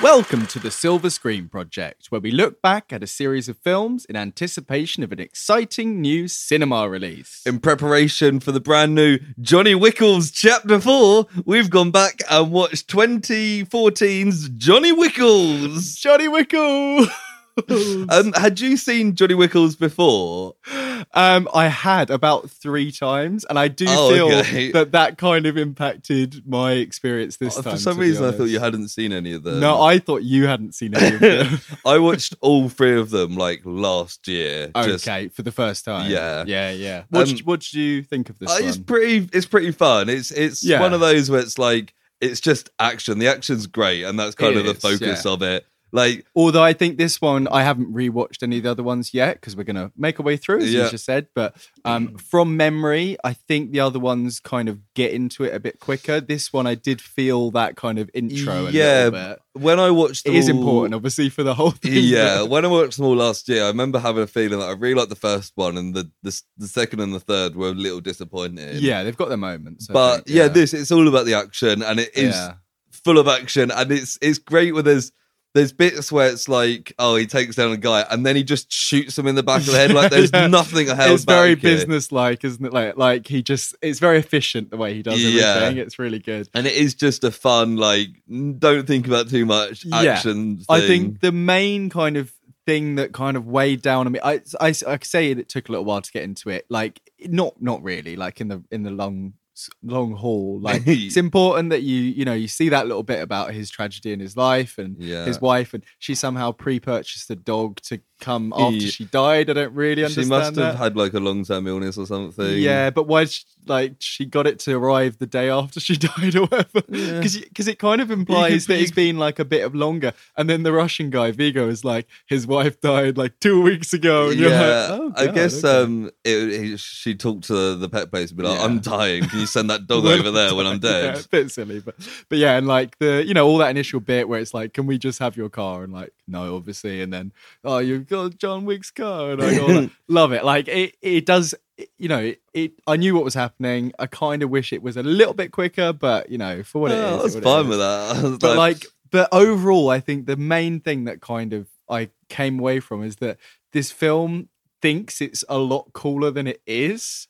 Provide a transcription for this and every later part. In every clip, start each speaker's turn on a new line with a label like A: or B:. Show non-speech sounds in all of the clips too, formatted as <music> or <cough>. A: Welcome to the Silver Screen Project, where we look back at a series of films in anticipation of an exciting new cinema release.
B: In preparation for the brand new Johnny Wickles Chapter 4, we've gone back and watched 2014's Johnny Wickles.
A: Johnny Wickle!
B: Um, had you seen Johnny Wickles before?
A: <laughs> Um, I had about three times, and I do
B: Oh,
A: feel
B: okay. Uh,
A: that that kind of impacted my experience this time.
B: For some
A: to be
B: reason, I thought
A: honest.
B: you uh, hadn't seen any of them.
A: No, I thought you hadn't seen
B: <laughs>
A: any of them.
B: I watched all three of them like last year. Just-
A: okay, for the first time.
B: Yeah.
A: yeah, yeah. What,
B: Um,
A: did- what did you think of this?
B: Uh,
A: one?
B: it's pretty. It's pretty fun. It's it's
A: Yeah.
B: one of those where it's like it's just action. The action's great, and that's kind
A: It
B: of the
A: is,
B: focus of it. Like
A: Although I think this one, I haven't rewatched any of the other ones yet because we're going to make our way through, as
B: Yeah.
A: you just said. But um, from memory, I think the other ones kind of get into it a bit quicker. This one, I did feel that kind of intro a
B: Yeah,
A: little bit.
B: when I watched,
A: It is
B: all-
A: important, obviously, for the whole thing. but-
B: Yeah, when I watched them all last year, I remember having a feeling that I really liked the first one, and the the, the second and the third were a little disappointed.
A: Yeah, they've got their moments. I
B: but
A: think,
B: yeah. this it's all about the action, and it is
A: Yeah.
B: full of action, and it's it's great when there's. There's bits where it's like, oh, he takes down a guy, and then he just shoots him in the back of the head. Like there's
A: <laughs> Yeah.
B: nothing held
A: It's very
B: back here.
A: business-like, isn't it? Like, like he just—it's very efficient the way he does
B: Yeah.
A: everything. It's really good.
B: and it is just a fun like n- don't think about too much
A: Yeah.
B: action thing.
A: I think the main kind of thing that kind of weighed down on me, I, I, I say it took a little while to get into it. Like not not really. Like in the in the long long haul,
B: <laughs>
A: like it's important that you you know you see that little bit about his tragedy in his life and
B: Yeah.
A: his wife, and she somehow pre-purchased a dog to come after
B: Yeah.
A: she died. I don't really
B: she
A: understand
B: must
A: that.
B: have had like a long term illness or something
A: Yeah, but why? sh like she got it to arrive the day after she <laughs> died, or whatever.
B: Yeah.
A: Because it kind of implies that
B: you
A: it's been like a bit of longer. And then the Russian guy Vigo is like, his wife died like two weeks ago, and you're
B: yeah,
A: like, oh,
B: I
A: God,
B: guess
A: okay."
B: um, it, he- she talked to the pet place and be like,
A: Yeah.
B: "I'm dying. Can you send
A: <laughs>
B: that dog
A: When
B: over there when I'm
A: Yeah,
B: dead?"
A: a bit silly, but but yeah, and like the you know all that initial bit where it's like, can we just have your car? And like, no, obviously. And then oh, you've got John Wick's car, and like, all
B: <laughs>
A: that. love it. Like it, it does. it- You know, it, it. I knew what was happening. I kind of wish it was a little bit quicker, but you know, for what it
B: Yeah,
A: is,
B: Ah, Oh, I was
A: what it
B: fine
A: is.
B: with that. <laughs> I was
A: But like, but overall, I think the main thing that kind of I came away from is that this film thinks it's a lot cooler than it is.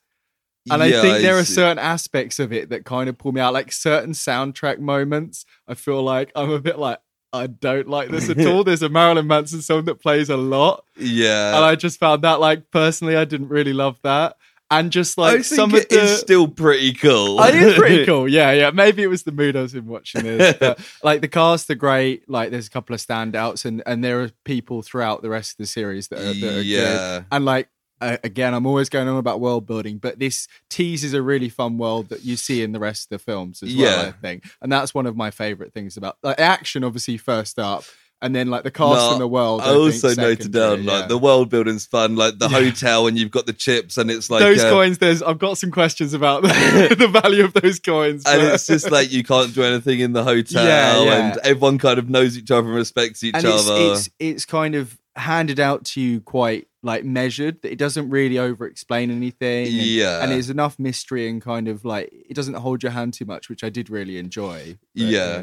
A: And
B: yeah,
A: I think there are
B: it's-
A: certain aspects of it that kind of pull me out, like certain soundtrack moments. I feel like I'm a bit like, I don't like this at
B: <laughs>
A: all. There's a Marilyn Manson song that plays a lot.
B: yeah.
A: And I just found that, like, personally, I didn't really love that. And just
B: I
A: like
B: think
A: some of
B: it
A: the.
B: is still pretty cool. <laughs>
A: I think it's pretty cool. Yeah, yeah. Maybe it was the mood I was in watching
B: <laughs>
A: this. But like the cast are great. Like there's a couple of standouts, and and there are people throughout the rest of the series that are, that are good.
B: yeah.
A: And like uh, again, I'm always going on about world building, but this teases a really fun world that you see in the rest of the films as well.
B: Yeah.
A: I think, and that's one of my favorite things about like action. Obviously, first up, and then like the cast
B: No,
A: and the world.
B: I also
A: think,
B: noted down
A: secondary,
B: like
A: yeah.
B: the world building's fun, like the
A: Yeah.
B: hotel, and you've got the chips, and it's like
A: those
B: uh,
A: coins. There's I've got some questions about the, <laughs> the value of those coins,
B: and
A: but-
B: it's just like you can't do anything in the
A: <laughs>
B: hotel,
A: Yeah, yeah.
B: and everyone kind of knows each other and respects each
A: and it's,
B: other.
A: it's it's kind of handed out to you quite like measured that it doesn't really over explain anything and,
B: Yeah.
A: and there's enough mystery and kind of like it doesn't hold your hand too much which i did really enjoy
B: Yeah.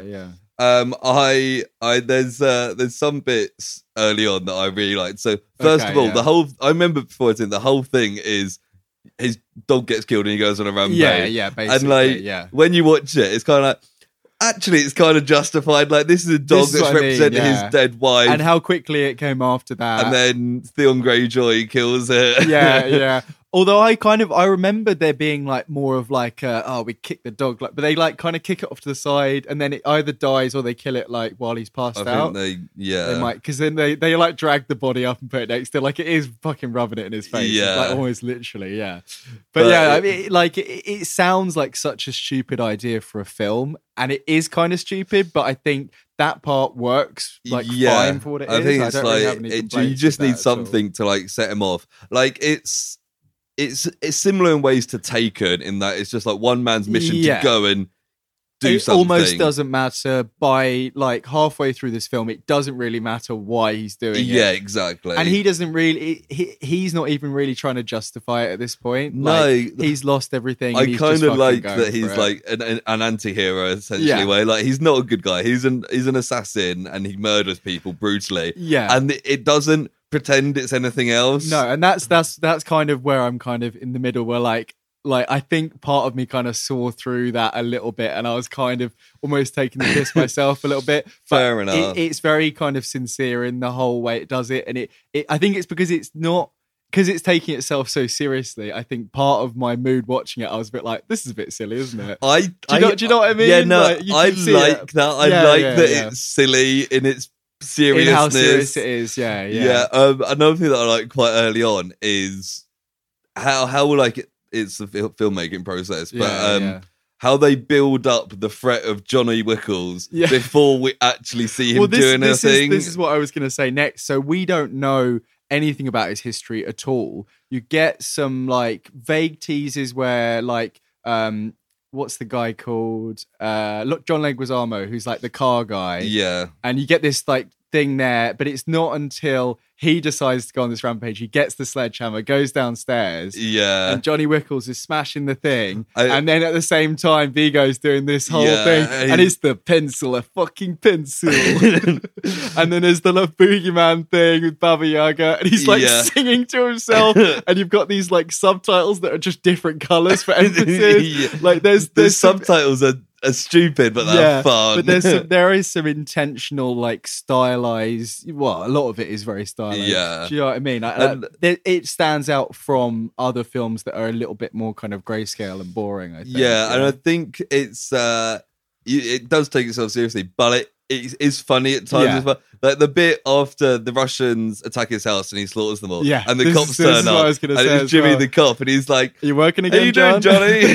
A: yeah yeah
B: um, I, I, there's, uh, there's some bits early on that I really liked. So first
A: Okay,
B: of all,
A: yeah.
B: the whole I remember before I think the whole thing is his dog gets killed and he goes on a rampage.
A: yeah, yeah basically
B: like,
A: yeah
B: When you watch it, it's kind of like. Actually, it's kind of justified. Like this is a dog
A: This is
B: that's
A: what I mean,
B: representing
A: yeah.
B: his dead wife,
A: and how quickly it came after that
B: and then Theon Greyjoy kills it. <laughs>
A: yeah, yeah. Although I kind of I remember there being like more of like uh, oh we kick the dog like but they like kind of kick it off to the side and then it either dies or they kill it like while he's passed
B: I
A: out.
B: think they, yeah,
A: They might, because then they, they like drag the body up and put it next to like it is fucking rubbing it in his face. It's,
B: Yeah.
A: like almost literally, yeah. But,
B: But
A: yeah, I
B: it-
A: mean, it- like it, it sounds like such a stupid idea for a film, and it is kind of stupid. But I think that part works like fine for what it is.
B: I think it's
A: don't
B: like
A: really have any
B: it- you
A: complaints
B: just
A: with
B: need
A: that at all.
B: something to like set him off. Like it's it's it's similar in ways to Taken in that it's just like one man's mission
A: Yeah.
B: to go and do
A: it
B: something.
A: almost doesn't matter. By like halfway through this film, it doesn't really matter why he's doing it.
B: Yeah, exactly.
A: and he doesn't really. He, he's not even really trying to justify it at this point.
B: no,
A: Like, he's lost everything. and
B: I
A: he's just
B: kind
A: fucking
B: of like
A: going
B: that he's
A: for it.
B: like an, an, an anti-hero essentially.
A: Yeah.
B: Where like he's not a good guy. He's an he's an assassin and he murders people brutally.
A: yeah.
B: And it- it doesn't pretend it's anything else.
A: no, and that's that's that's kind of where I'm kind of in the middle. Where like like I think part of me kind of saw through that a little bit, and I was kind of almost taking the
B: <laughs>
A: piss myself a little bit. But
B: Fair
A: it-
B: enough.
A: it's very kind of sincere in the whole way it does it, and it, it I think it's because it's not because it's taking itself so seriously. I think part of my mood watching it, I was a bit like, this is a bit silly, isn't it?
B: I
A: Do you,
B: I,
A: know, do you know what I mean?
B: Yeah, no,
A: Like, you
B: I
A: can see it
B: like that. I
A: Yeah,
B: like
A: yeah,
B: that
A: yeah.
B: it's silly in its seriousness.
A: in how serious it is. Yeah, yeah.
B: Yeah. Um, another thing that I like quite early on is how how like it, it's the fil- filmmaking process, but
A: Yeah,
B: um,
A: yeah.
B: how they build up the threat of Johnny Wickles
A: Yeah.
B: before we actually see him
A: well, this,
B: doing
A: this
B: anything.
A: Is, this is what I was going to say next. So we don't know anything about his history at all. You get some like vague teases where like um what's the guy called? Uh look John Leguizamo who's like the car guy
B: yeah,
A: and you get this like thing there but it's not until he decides to go on this rampage he gets the sledgehammer goes downstairs
B: yeah.
A: and Johnny Wickles is smashing the thing,
B: I-
A: and then at the same time, Vigo's doing this whole
B: Yeah,
A: thing,
B: I-
A: and it's the pencil, a fucking
B: <laughs>
A: pencil. and then there's the love boogeyman thing with Baba Yaga, and he's like
B: Yeah.
A: singing to
B: <laughs>
A: himself, and you've got these like subtitles that are just different colors for <laughs> emphasis.
B: <laughs> Yeah.
A: Like there's
B: The
A: there's some,
B: subtitles are, are stupid, but they're
A: Yeah,
B: fun.
A: but there's
B: <laughs>
A: some, there is some intentional like stylized. Well, a lot of it is very stylized.
B: Yeah.
A: Do you know what I mean? Like,
B: And-
A: like, there- it stands out from other films that are a little bit more kind of grayscale and boring. I think.
B: yeah, and I think it's uh you, it does take itself seriously, but it it is funny at times
A: Yeah.
B: as well. Like the bit after the Russians attack his house and he slaughters them all.
A: Yeah,
B: And the
A: this
B: cops
A: is- this
B: turn
A: is what I
B: up.
A: was gonna
B: and
A: say
B: it's
A: as
B: Jimmy
A: well.
B: the cop and he's like
A: Are you working
B: How
A: again,
B: you doing, Johnny?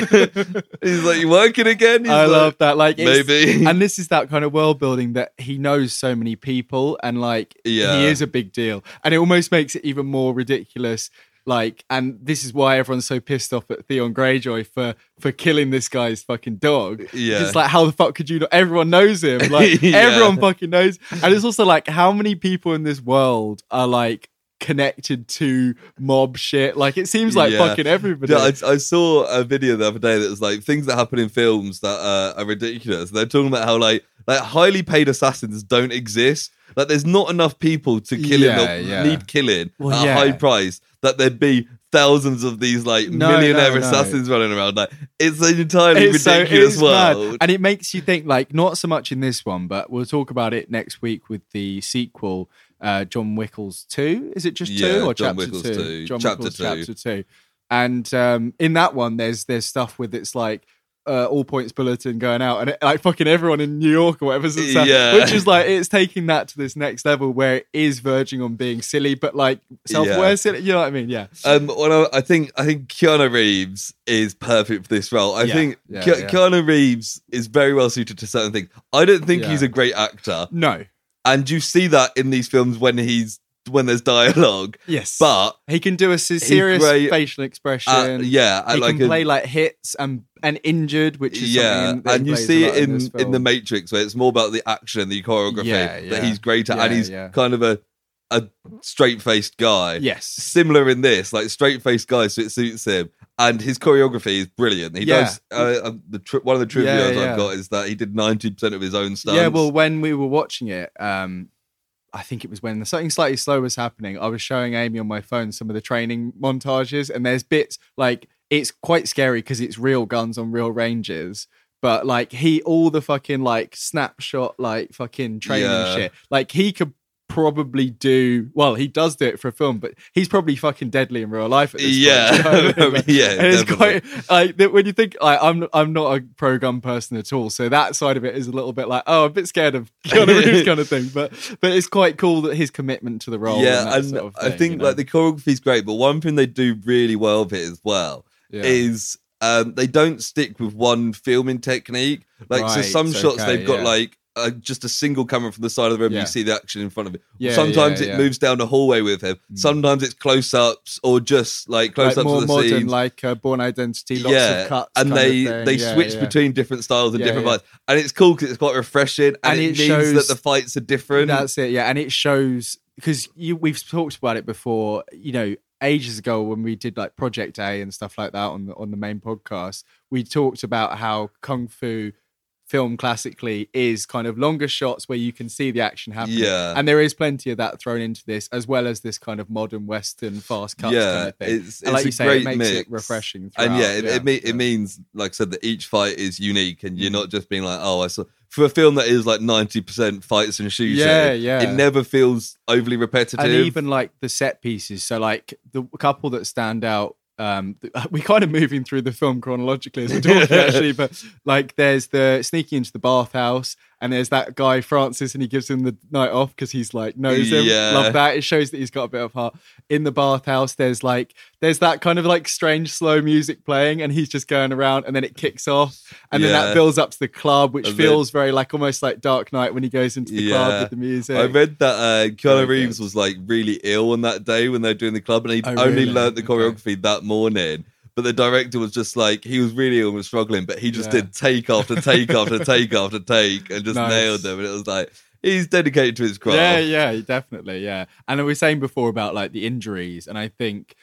A: <laughs> John?
B: he's like, You working again? He's
A: I
B: like,
A: love that. Like it's-
B: Maybe.
A: and this is that kind of world building that he knows so many people, and like
B: Yeah.
A: he is a big deal, and it almost makes it even more ridiculous. Like, and this is why everyone's so pissed off at Theon Greyjoy for for killing this guy's fucking dog.
B: <laughs> yeah.
A: It's like how the fuck could you? Not? Everyone knows him.
B: <laughs>
A: Like
B: Yeah.
A: everyone fucking knows. And it's also like how many people in this world are like connected to mob shit. Like it seems like
B: Yeah.
A: fucking everybody.
B: Yeah, I, I saw a video the other day that was like things that happen in films that uh, are ridiculous. They're talking about how like like highly paid assassins don't exist. Like there's not enough people to kill
A: Yeah,
B: him or
A: yeah.
B: need killing
A: Well,
B: at
A: yeah.
B: a high price that there'd be thousands of these like
A: No,
B: millionaire
A: no, no.
B: assassins running around. Like it's an entirely
A: It's so-
B: ridiculous
A: it's mad.
B: world.
A: And it makes you think, like, not so much in this one, but we'll talk about it next week with the sequel, uh, John Wickles 2. Is it just
B: Yeah,
A: 2 or
B: John
A: chapter
B: Wickles
A: 2?
B: 2.
A: John
B: Chapter
A: Wickles
B: 2.
A: chapter 2. And um, in that one, there's there's stuff with it's like uh, all points bulletin going out, and it, like fucking everyone in New York or whatever, since that-
B: Yeah.
A: which is like it's taking that to this next level where it is verging on being silly, but like self aware
B: Yeah.
A: silly. You know what I mean? Yeah.
B: Um, well, I I think I think Keanu Reeves is perfect for this role. I
A: Yeah,
B: think
A: yeah,
B: Ke-
A: yeah.
B: Keanu Reeves is very well suited to certain things. I don't think
A: Yeah.
B: he's a great actor.
A: No.
B: and you see that in these films when he's when there's dialogue
A: Yes.
B: but
A: he can do a se- serious
B: great
A: facial expression.
B: uh, yeah I
A: he
B: like
A: can
B: a-
A: play like hits and and injured, which is
B: yeah
A: something that he
B: and you
A: plays
B: see
A: a lot
B: it in
A: this
B: in,
A: film.
B: the matrix where it's more about the action and the choreography
A: Yeah,
B: that
A: yeah.
B: he's great at and
A: Yeah,
B: he's
A: yeah.
B: kind of a a straight-faced guy
A: yes,
B: similar in this like straight-faced guy so it suits him and his choreography is brilliant he
A: Yeah.
B: does uh, uh, the tri- one of the trivia
A: Yeah, yeah.
B: i've got is that he did 90% of his own stunts
A: yeah. Well, when we were watching it, um, I think it was when something slightly slow was happening. I was showing Amy on my phone some of the training montages, and there's bits like it's quite scary because it's real guns on real ranges. But like he, all the fucking like snapshot, like fucking training
B: Yeah.
A: shit, like he could probably do well he does do it for a film but he's probably fucking deadly in real life at this point,
B: yeah
A: you know
B: <laughs>
A: what I mean? Like,
B: yeah
A: And it's
B: definitely.
A: quite like that when you think like, I'm I'm not a pro gun person at all, so that side of it is a little bit like oh, I'm a bit scared of <laughs> Keanu
B: <laughs>
A: Reeves kind of thing. But but it's quite cool that his commitment to the role. and, that sort of
B: I
A: thing,
B: think
A: you know?
B: like the choreography's great, but one thing they do really well with it as well
A: Yeah.
B: is um, they don't stick with one filming technique. Like so,
A: Right,
B: some shots
A: okay,
B: they've got
A: yeah.
B: like uh, just a single camera from the side of the room.
A: Yeah.
B: And you see the action in front of it.
A: Yeah,
B: Sometimes
A: yeah,
B: it
A: yeah.
B: moves down the hallway with him.
A: Mm.
B: Sometimes it's close ups or just like
A: Like
B: close ups
A: more
B: of the
A: modern,
B: scene.
A: like uh, Born Identity, lots
B: yeah,
A: of cuts,
B: and
A: kind of
B: they
A: thing.
B: they
A: Yeah,
B: switch
A: yeah.
B: between different styles and
A: Yeah,
B: different
A: yeah.
B: fights, and it's cool because it's quite refreshing, and,
A: And
B: it,
A: it
B: means
A: shows-
B: that the fights are different.
A: That's it, yeah. And it shows because you we've talked about it before, you know, ages ago when we did like Project A and stuff like that on the on the main podcast, we talked about how kung fu film classically is kind of longer shots where you can see the action happening.
B: Yeah.
A: And there is plenty of that thrown into this, as well as this kind of modern western fast cuts kind
B: yeah,
A: of thing.
B: it's, it's
A: And like
B: a
A: you say,
B: great
A: it makes
B: mix.
A: it refreshing.
B: and yeah,
A: throughout,
B: it, It, me- it means like I said that each fight is unique, and you're
A: Mm-hmm.
B: not just being like, oh, I saw for a film that is like ninety percent fights and shooting.
A: Yeah, yeah.
B: It never feels overly repetitive.
A: and even like the set pieces so like the couple that stand out um th- <laughs> we're kind of moving through the film chronologically as we're
B: <laughs>
A: talking actually but like there's the sneaking into the bathhouse and there's that guy francis and he gives him the night off because he's like knows him
B: Yeah.
A: love that it shows that he's got a bit of heart in the bathhouse there's like there's that kind of like strange slow music playing and he's just going around and then it kicks off and then
B: Yeah.
A: that builds up to the club which
B: And then-
A: feels very like almost like dark knight when he goes into the
B: Yeah.
A: club with the music
B: I read that uh, Keanu
A: Very
B: Reeves
A: good.
B: was like really ill on that day when they were doing the club, and he
A: Oh,
B: only
A: really?
B: learnt the
A: Okay.
B: choreography that morning. But the director was just like he was really ill and was struggling, but he just
A: Yeah.
B: did take after
A: <laughs>
B: take after take after take and just
A: Nice.
B: nailed them. And it was like he's dedicated to his craft.
A: Yeah, yeah, definitely. Yeah. And I was saying before about like the injuries, and I think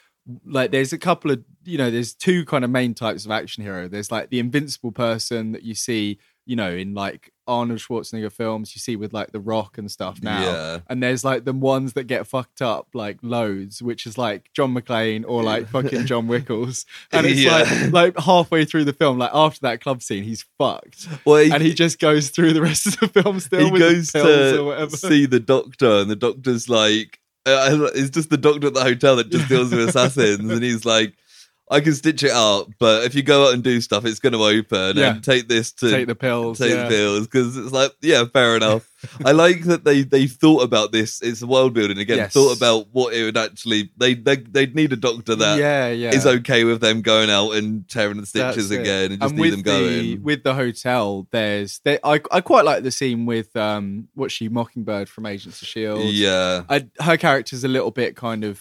A: like there's a couple of you know, there's two kind of main types of action hero. There's like the invincible person that you see, you know, in like Arnold Schwarzenegger films, you see with like The Rock and stuff now.
B: Yeah.
A: And there's like the ones that get fucked up like loads, which is like John McClane or like fucking John
B: <laughs>
A: Wickles. And it's
B: Yeah.
A: like like halfway through the film, like after that club scene, he's fucked.
B: Well,
A: And he just goes through the rest of the film still
B: he
A: with
B: goes
A: the pills or
B: to
A: whatever.
B: see the doctor, and the doctor's like, uh, it's just the doctor at the hotel that just deals with assassins, and he's like, I can stitch it up, but if you go out and do stuff, it's going to open.
A: Yeah.
B: And take this to
A: take the pills.
B: take
A: yeah.
B: the pills because it's like, yeah, fair enough.
A: <laughs>
B: I like that they they thought about this. It's world building again.
A: Yes.
B: Thought about what it would actually. They they they'd need a doctor that is
A: yeah, yeah.
B: okay with them going out and tearing the
A: That's
B: stitches
A: it.
B: again and just
A: And
B: need
A: with
B: them
A: The,
B: going.
A: with the hotel, there's there, I I quite like the scene with um what's she Mockingbird from Agents of Shield.
B: yeah.
A: E I, her character's a little bit kind of.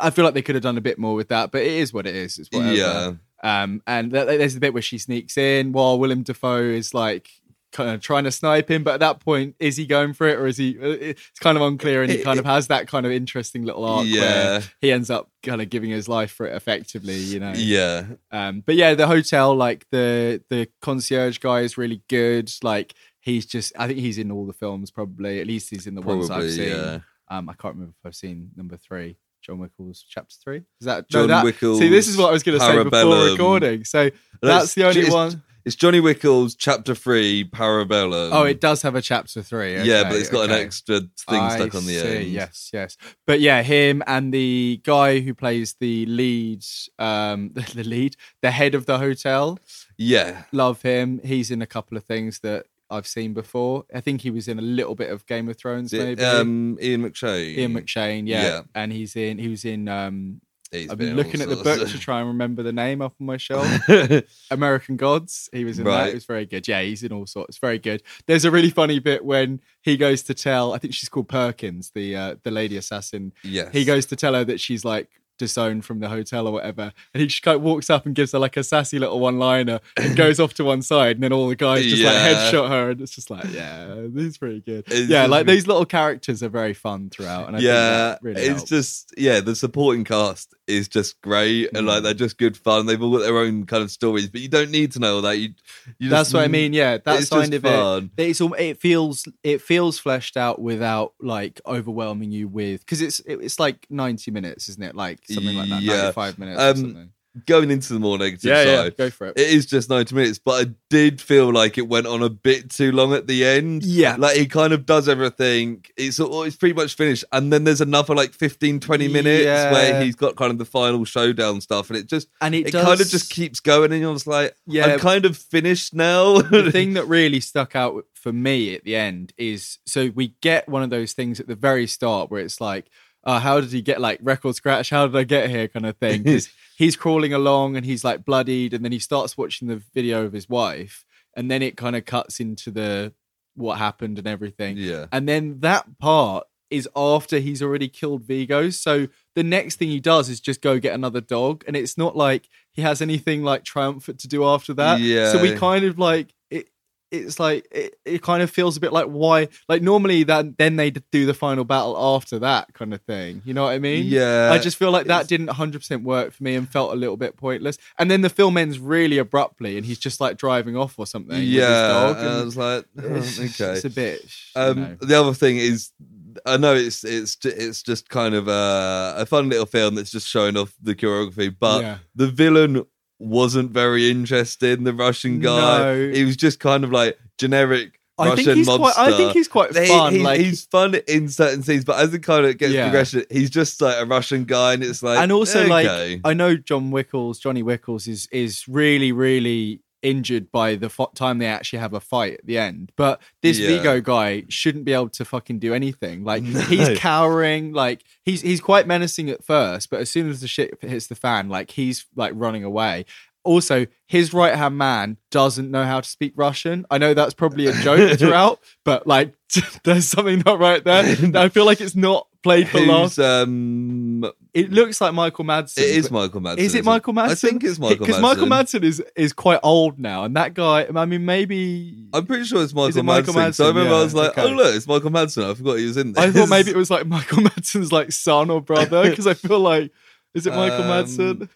A: I feel like they could have done a bit more with that, but it is what it is. It's whatever.
B: Yeah.
A: Um, and th- th- there's a bit where she sneaks in while Willem Dafoe is like kind of trying to snipe him, but at that point, is he going for it or is he? uh, It's kind of unclear, and he kind of has that kind of interesting little arc
B: Yeah.
A: where he ends up kind of giving his life for it effectively. You know,
B: Yeah.
A: um, but yeah, the hotel, like the the concierge guy is really good. Like he's just, I think he's in all the films probably. At least he's in the ones I've
B: Probably,
A: seen.
B: yeah.
A: Um, I can't remember if I've seen number three, John Wickles, chapter three. Is that
B: John
A: no, that,
B: Wickles,
A: See, this is what I was going to say before
B: Parabellum.
A: recording. So
B: No,
A: that's
B: it's-
A: the only
B: it's-
A: one.
B: It's Johnny Wickles, Chapter Three, Parabellum.
A: Oh, it does have a chapter three.
B: yeah,
A: okay,
B: but it's got
A: okay.
B: an extra thing stuck
A: I
B: on the
A: see,
B: end.
A: Yes, yes. But yeah, him and the guy who plays the lead, um, <laughs> the lead, the head of the hotel.
B: yeah,
A: love him. He's in a couple of things that I've seen before. I think he was in a little bit of Game of Thrones,
B: It-
A: maybe.
B: um, Ian McShane.
A: Ian McShane, yeah.
B: yeah.
A: and he's in. He was in. Um,
B: He's
A: I've been
B: been in
A: looking at
B: all
A: the book to
B: sorts
A: try and remember the name up on my
B: <laughs>
A: shelf.
B: of-
A: American Gods. He was in that.
B: Right.
A: It was very good. Yeah, he's in all sorts. Very good. There's a really funny bit when he goes to tell. I think she's called Perkins, the uh, the lady assassin.
B: yes,
A: He goes to tell her that she's like disowned from the hotel or whatever, and he just kind of walks up and gives her like a sassy little one-liner
B: <clears throat>
A: and goes off to one side, and then all the guys just like
B: Yeah.
A: headshot her, and it's just like, yeah, he's pretty good.
B: It's
A: yeah,
B: just
A: like
B: really-
A: these little characters are very fun throughout, and I
B: yeah,
A: think that really
B: it's
A: helps.
B: just yeah. The supporting cast is just great, and like
A: Mm.
B: they're just good fun. They've all got their own kind of stories, but you don't need to know all that. You, you
A: that's
B: just-
A: what I mean. Yeah, that's
B: it's just
A: kind of it.
B: fun.
A: it's al- it feels it feels fleshed out without like overwhelming you with because it's it- it's like 90 minutes isn't it like something like that
B: Yeah.
A: 95 minutes
B: Um,
A: or something
B: Going into the more negative side,
A: go for it
B: it is just ninety minutes, but I did feel like it went on a bit too long at the end.
A: yeah
B: like he kind of does everything it's all- it's pretty much finished and then there's another like 15 20 minutes
A: Yeah.
B: where he's got kind of the final showdown stuff and it just
A: and
B: it,
A: it, does,
B: kind of just keeps going and you're just like
A: Yeah.
B: i'm kind of finished
A: <laughs>
B: now
A: the
B: <laughs>
A: thing that really stuck out for me at the end is so we get one of those things at the very start where it's like uh, how did he get like record scratch how did i get here kind of thing 'Cause he's crawling along and he's like bloodied and then he starts watching the video of his wife and then it kind of cuts into the what happened and everything.
B: Yeah.
A: And then that part is after he's already killed Vigo. So the next thing he does is just go get another dog. And it's not like he has anything like triumphant to do after that.
B: Yeah.
A: So we kind of like it. It's like it, it kind of feels a bit like why like normally that then they do the final battle after that kind of thing. You know what I mean?
B: Yeah.
A: I just feel like that
B: it's-
A: didn't 100% work for me and felt a little bit pointless. And then the film ends really abruptly and he's just like driving off or something. with his
B: yeah.
A: dog,
B: and I
A: and
B: was like,
A: <laughs>
B: oh,
A: it's,
B: okay.
A: it's a bit. you know.
B: Um, the other thing is, I know it's it's ju- it's just kind of uh, a fun little film that's just showing off the choreography, but
A: Yeah.
B: the villain wasn't very interested in the Russian guy.
A: No.
B: He was just kind of like generic
A: I
B: Russian
A: think he's
B: mobster.
A: quite. I think he's quite
B: He-
A: fun.
B: he-
A: like,
B: he's fun in certain scenes, but as it kind of gets
A: Yeah.
B: progression, he's just like a Russian guy, and it's like,
A: and also
B: okay.
A: like I know John Wickles, Johnny Wickles is is really really injured by the fo- time they actually have a fight at the end. But this
B: Yeah.
A: Vigo guy shouldn't be able to fucking do anything. Like
B: <laughs> No.
A: he's cowering. Like he's he's quite menacing at first, but as soon as the shit hits the fan, like he's like running away. Also, his right hand man doesn't know how to speak Russian. I know that's probably a
B: <laughs>
A: joke throughout, but like, <laughs> there's something not right there. I feel like it's not played for laughs.
B: who's um,
A: It looks like Michael Madsen.
B: it is
A: but-
B: Michael Madsen.
A: Is
B: isn't
A: it Michael Madsen?
B: I think it's Michael
A: Because Michael Madsen is, is quite old now, and that guy, I mean, maybe.
B: I'm pretty sure it's Michael,
A: it Michael
B: Madsen. So I
A: Madsen?
B: remember I
A: Yeah,
B: was like,
A: okay.
B: oh, look, it's Michael Madsen. I forgot he was in this.
A: I thought maybe it was like Michael <laughs> Madsen's like son or brother, because I feel like. Is it Michael
B: Um,
A: Madsen?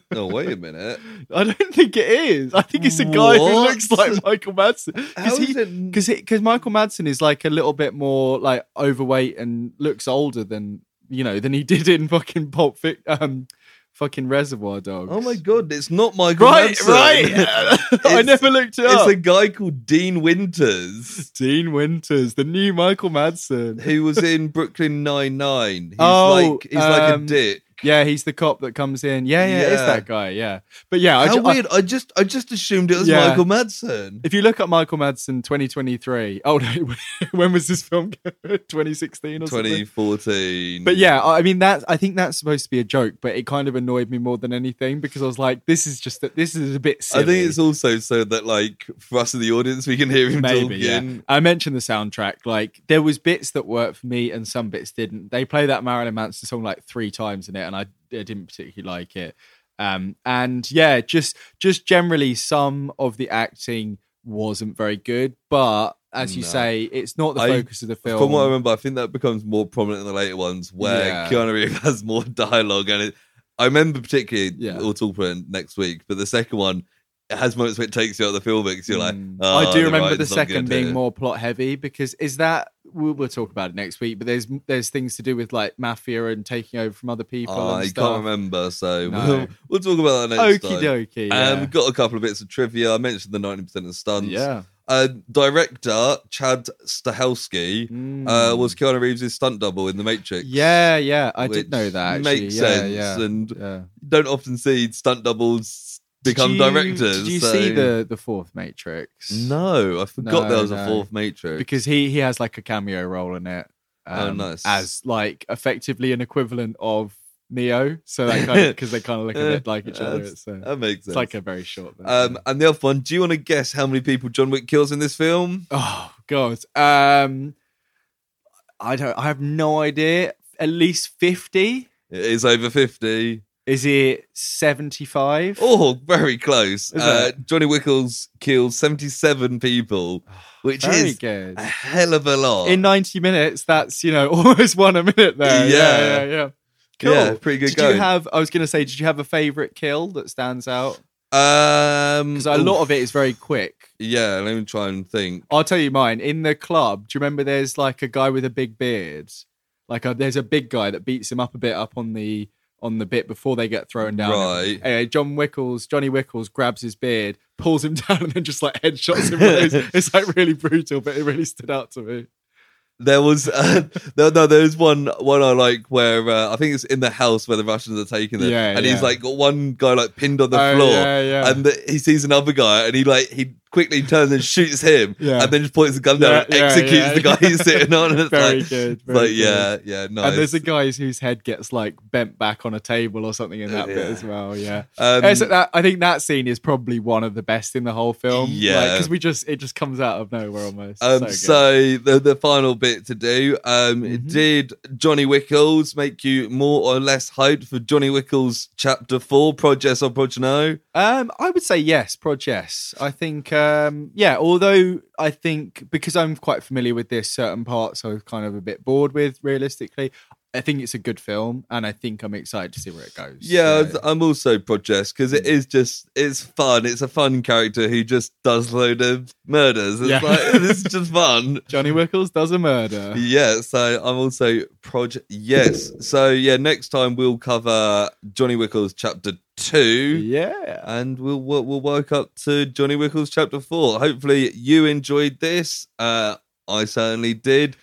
B: <laughs> no, wait
A: <laughs>
B: a minute.
A: I don't think it is. I think it's a guy who
B: What?
A: looks like Michael Madsen.
B: How
A: Because he,
B: is it?
A: because because Michael Madsen is like a little bit more like overweight and looks older than you know than he <laughs> did in fucking Pulp Fic- um fucking Reservoir Dogs.
B: Oh my god, it's not Michael
A: Right,
B: Madsen.
A: right.
B: <laughs>
A: <laughs> I
B: It's-
A: never looked it
B: It's
A: up.
B: a guy called Dean Winters
A: Dean Winters, the new Michael Madsen.
B: who was
A: <laughs>
B: in Brooklyn Nine Nine. He's
A: Oh,
B: like he's like a
A: um,
B: dick.
A: Yeah, he's the cop that comes in. Yeah, yeah, it's
B: Yeah.
A: that guy. Yeah, but yeah, I
B: How
A: ju- I-
B: weird! I just I just assumed it was
A: Yeah.
B: Michael Madsen.
A: if you look at Michael Madsen 2023, <laughs> oh no, when was this film? <laughs> 2016 or something.
B: 2014.
A: But yeah, I I mean that I think that's supposed to be a joke, but it kind of annoyed me more than anything because I was like, this is just that this is a bit silly.
B: I think it's also so that like for us in the audience we can hear him
A: maybe yeah.
B: talking.
A: I mentioned the soundtrack. Like there was bits that worked for me and some bits didn't. They play that Marilyn Manson song like three times in it, and I, I didn't particularly like it. Um, and yeah, just just generally some of the acting wasn't very good, but as you
B: No.
A: say, it's not the
B: I-
A: focus of the film.
B: From what I remember, I think that becomes more prominent in the later ones where
A: Yeah.
B: Keanu Reeves <laughs> has more dialogue. And it, I remember particularly,
A: Yeah.
B: we'll talk about it next week, but the second one, it has moments where it takes you out of the film because you're like,
A: Mm.
B: "Oh,
A: I do
B: the
A: remember the
B: writing's not
A: second
B: good
A: being
B: here."
A: more plot heavy because is that we'll, we'll talk about it next week, but there's there's things to do with like mafia and taking over from other people.
B: Oh, I
A: and
B: can't
A: stuff.
B: remember. So
A: No.
B: we'll, we'll talk about that next
A: Okie
B: time.
A: dokie.
B: Um, we've got a couple of bits of trivia. I mentioned the 90% of stunts.
A: yeah.
B: Uh, director Chad Stahelski
A: Mm.
B: uh, was Keanu Reeves' stunt double in The Matrix.
A: yeah, yeah. I
B: which
A: did know that. Actually.
B: Makes
A: yeah,
B: sense.
A: Yeah,
B: And
A: yeah.
B: don't often see stunt doubles
A: Did
B: become
A: you-
B: directors.
A: Did you
B: so-
A: see the the fourth Matrix?
B: No, I forgot
A: No,
B: there was a
A: no.
B: fourth Matrix.
A: because he he has like a cameo role in it. um,
B: Oh, nice.
A: As like effectively an equivalent of Neo, so that kind
B: <laughs>
A: of because they kind of look a bit like each other.
B: That's-
A: It's, uh,
B: that makes sense.
A: It's like a very short.
B: um, and the other one. Do you want to guess how many people John Wick kills in this film?
A: oh god. Um, I don't. I have no idea. At least fifty.
B: It is over fifty.
A: Is it seventy-five?
B: Oh, very close.
A: Is
B: Uh, Johnny Wickles kills seventy-seven people, which
A: Oh, very
B: is
A: good.
B: a hell of a lot.
A: In ninety minutes, that's you know <laughs> almost one a minute there.
B: Yeah.
A: yeah, yeah. yeah. Cool.
B: Yeah, pretty good
A: did
B: going.
A: you have? I was going to say, did you have a favorite kill that stands out?
B: um, oh,
A: Because a lot of it is very quick.
B: Yeah, let me try and think.
A: I'll tell you mine. In the club, do you remember there's like a guy with a big beard? Like a, there's a big guy that beats him up a bit up on the on the bit before they get thrown down.
B: Right.
A: Anyway, John Wickles, Johnny Wickles grabs his beard, <laughs>
B: <laughs>
A: pulls him down, and then just like headshots him. with those. it's like really brutal, but it really stood out to me.
B: There was uh, <laughs> no, no. There's one one I like where uh, I think it's in the house where the Russians are taking them,
A: Yeah,
B: and
A: yeah.
B: he's like got one guy like pinned on the
A: Oh,
B: floor,
A: Yeah, yeah.
B: and the, he sees another guy, and he like he quickly turns and shoots him,
A: Yeah.
B: and then just points the gun
A: Yeah,
B: down and
A: yeah,
B: executes
A: yeah.
B: the guy he's sitting on. And
A: <laughs>
B: it's
A: very
B: like,
A: good.
B: it's
A: very
B: like
A: good.
B: yeah, yeah, nice.
A: And there's the guys whose head gets like bent back on a table or something in that bit
B: Yeah.
A: as well. Yeah.
B: Um,
A: Yeah, so that, I think that scene is probably one of the best in the whole film.
B: Yeah.
A: because we just it just comes out of nowhere almost.
B: Um,
A: so, good.
B: so, the the final bit to do. Um,
A: Mhm.
B: Did Johnny Wickles make you more or less hyped for Johnny Wickles Chapter Four, Project or Project No?
A: um, I would say yes, Prod. Yes, I think um, yeah. Although I think because I'm quite familiar with this, certain parts I was kind of a bit bored with. Realistically, I think it's a good film, and I think I'm excited to see where it goes.
B: Yeah,
A: So-
B: I'm also Project because
A: Mm.
B: it is just it's fun. It's a fun character who just does load of murders. It's
A: Yeah. <laughs>
B: like it's just fun.
A: Johnny Wickles does a murder.
B: <laughs> Yeah, so I'm also Project. Yes, so yeah, next time we'll cover Johnny Wickles Chapter Two.
A: Yeah.
B: and we'll wo- we'll work up to Johnny Wickles chapter four. Hopefully, you enjoyed this. Uh, I certainly did.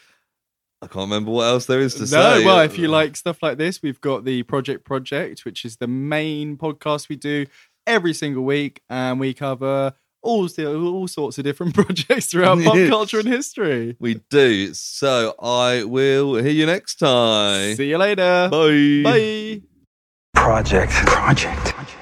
B: I can't remember what else there is to
A: No,
B: say. uh,
A: well, if you like stuff like this, we've got the Project Project, which is the main podcast we do every single week, and we cover all all sorts of different <laughs> projects
B: <laughs>
A: throughout pop
B: Yes.
A: culture and history.
B: we do. So I will hear you next time.
A: See you later.
B: Bye.
A: Bye.
C: Project. Project. Project.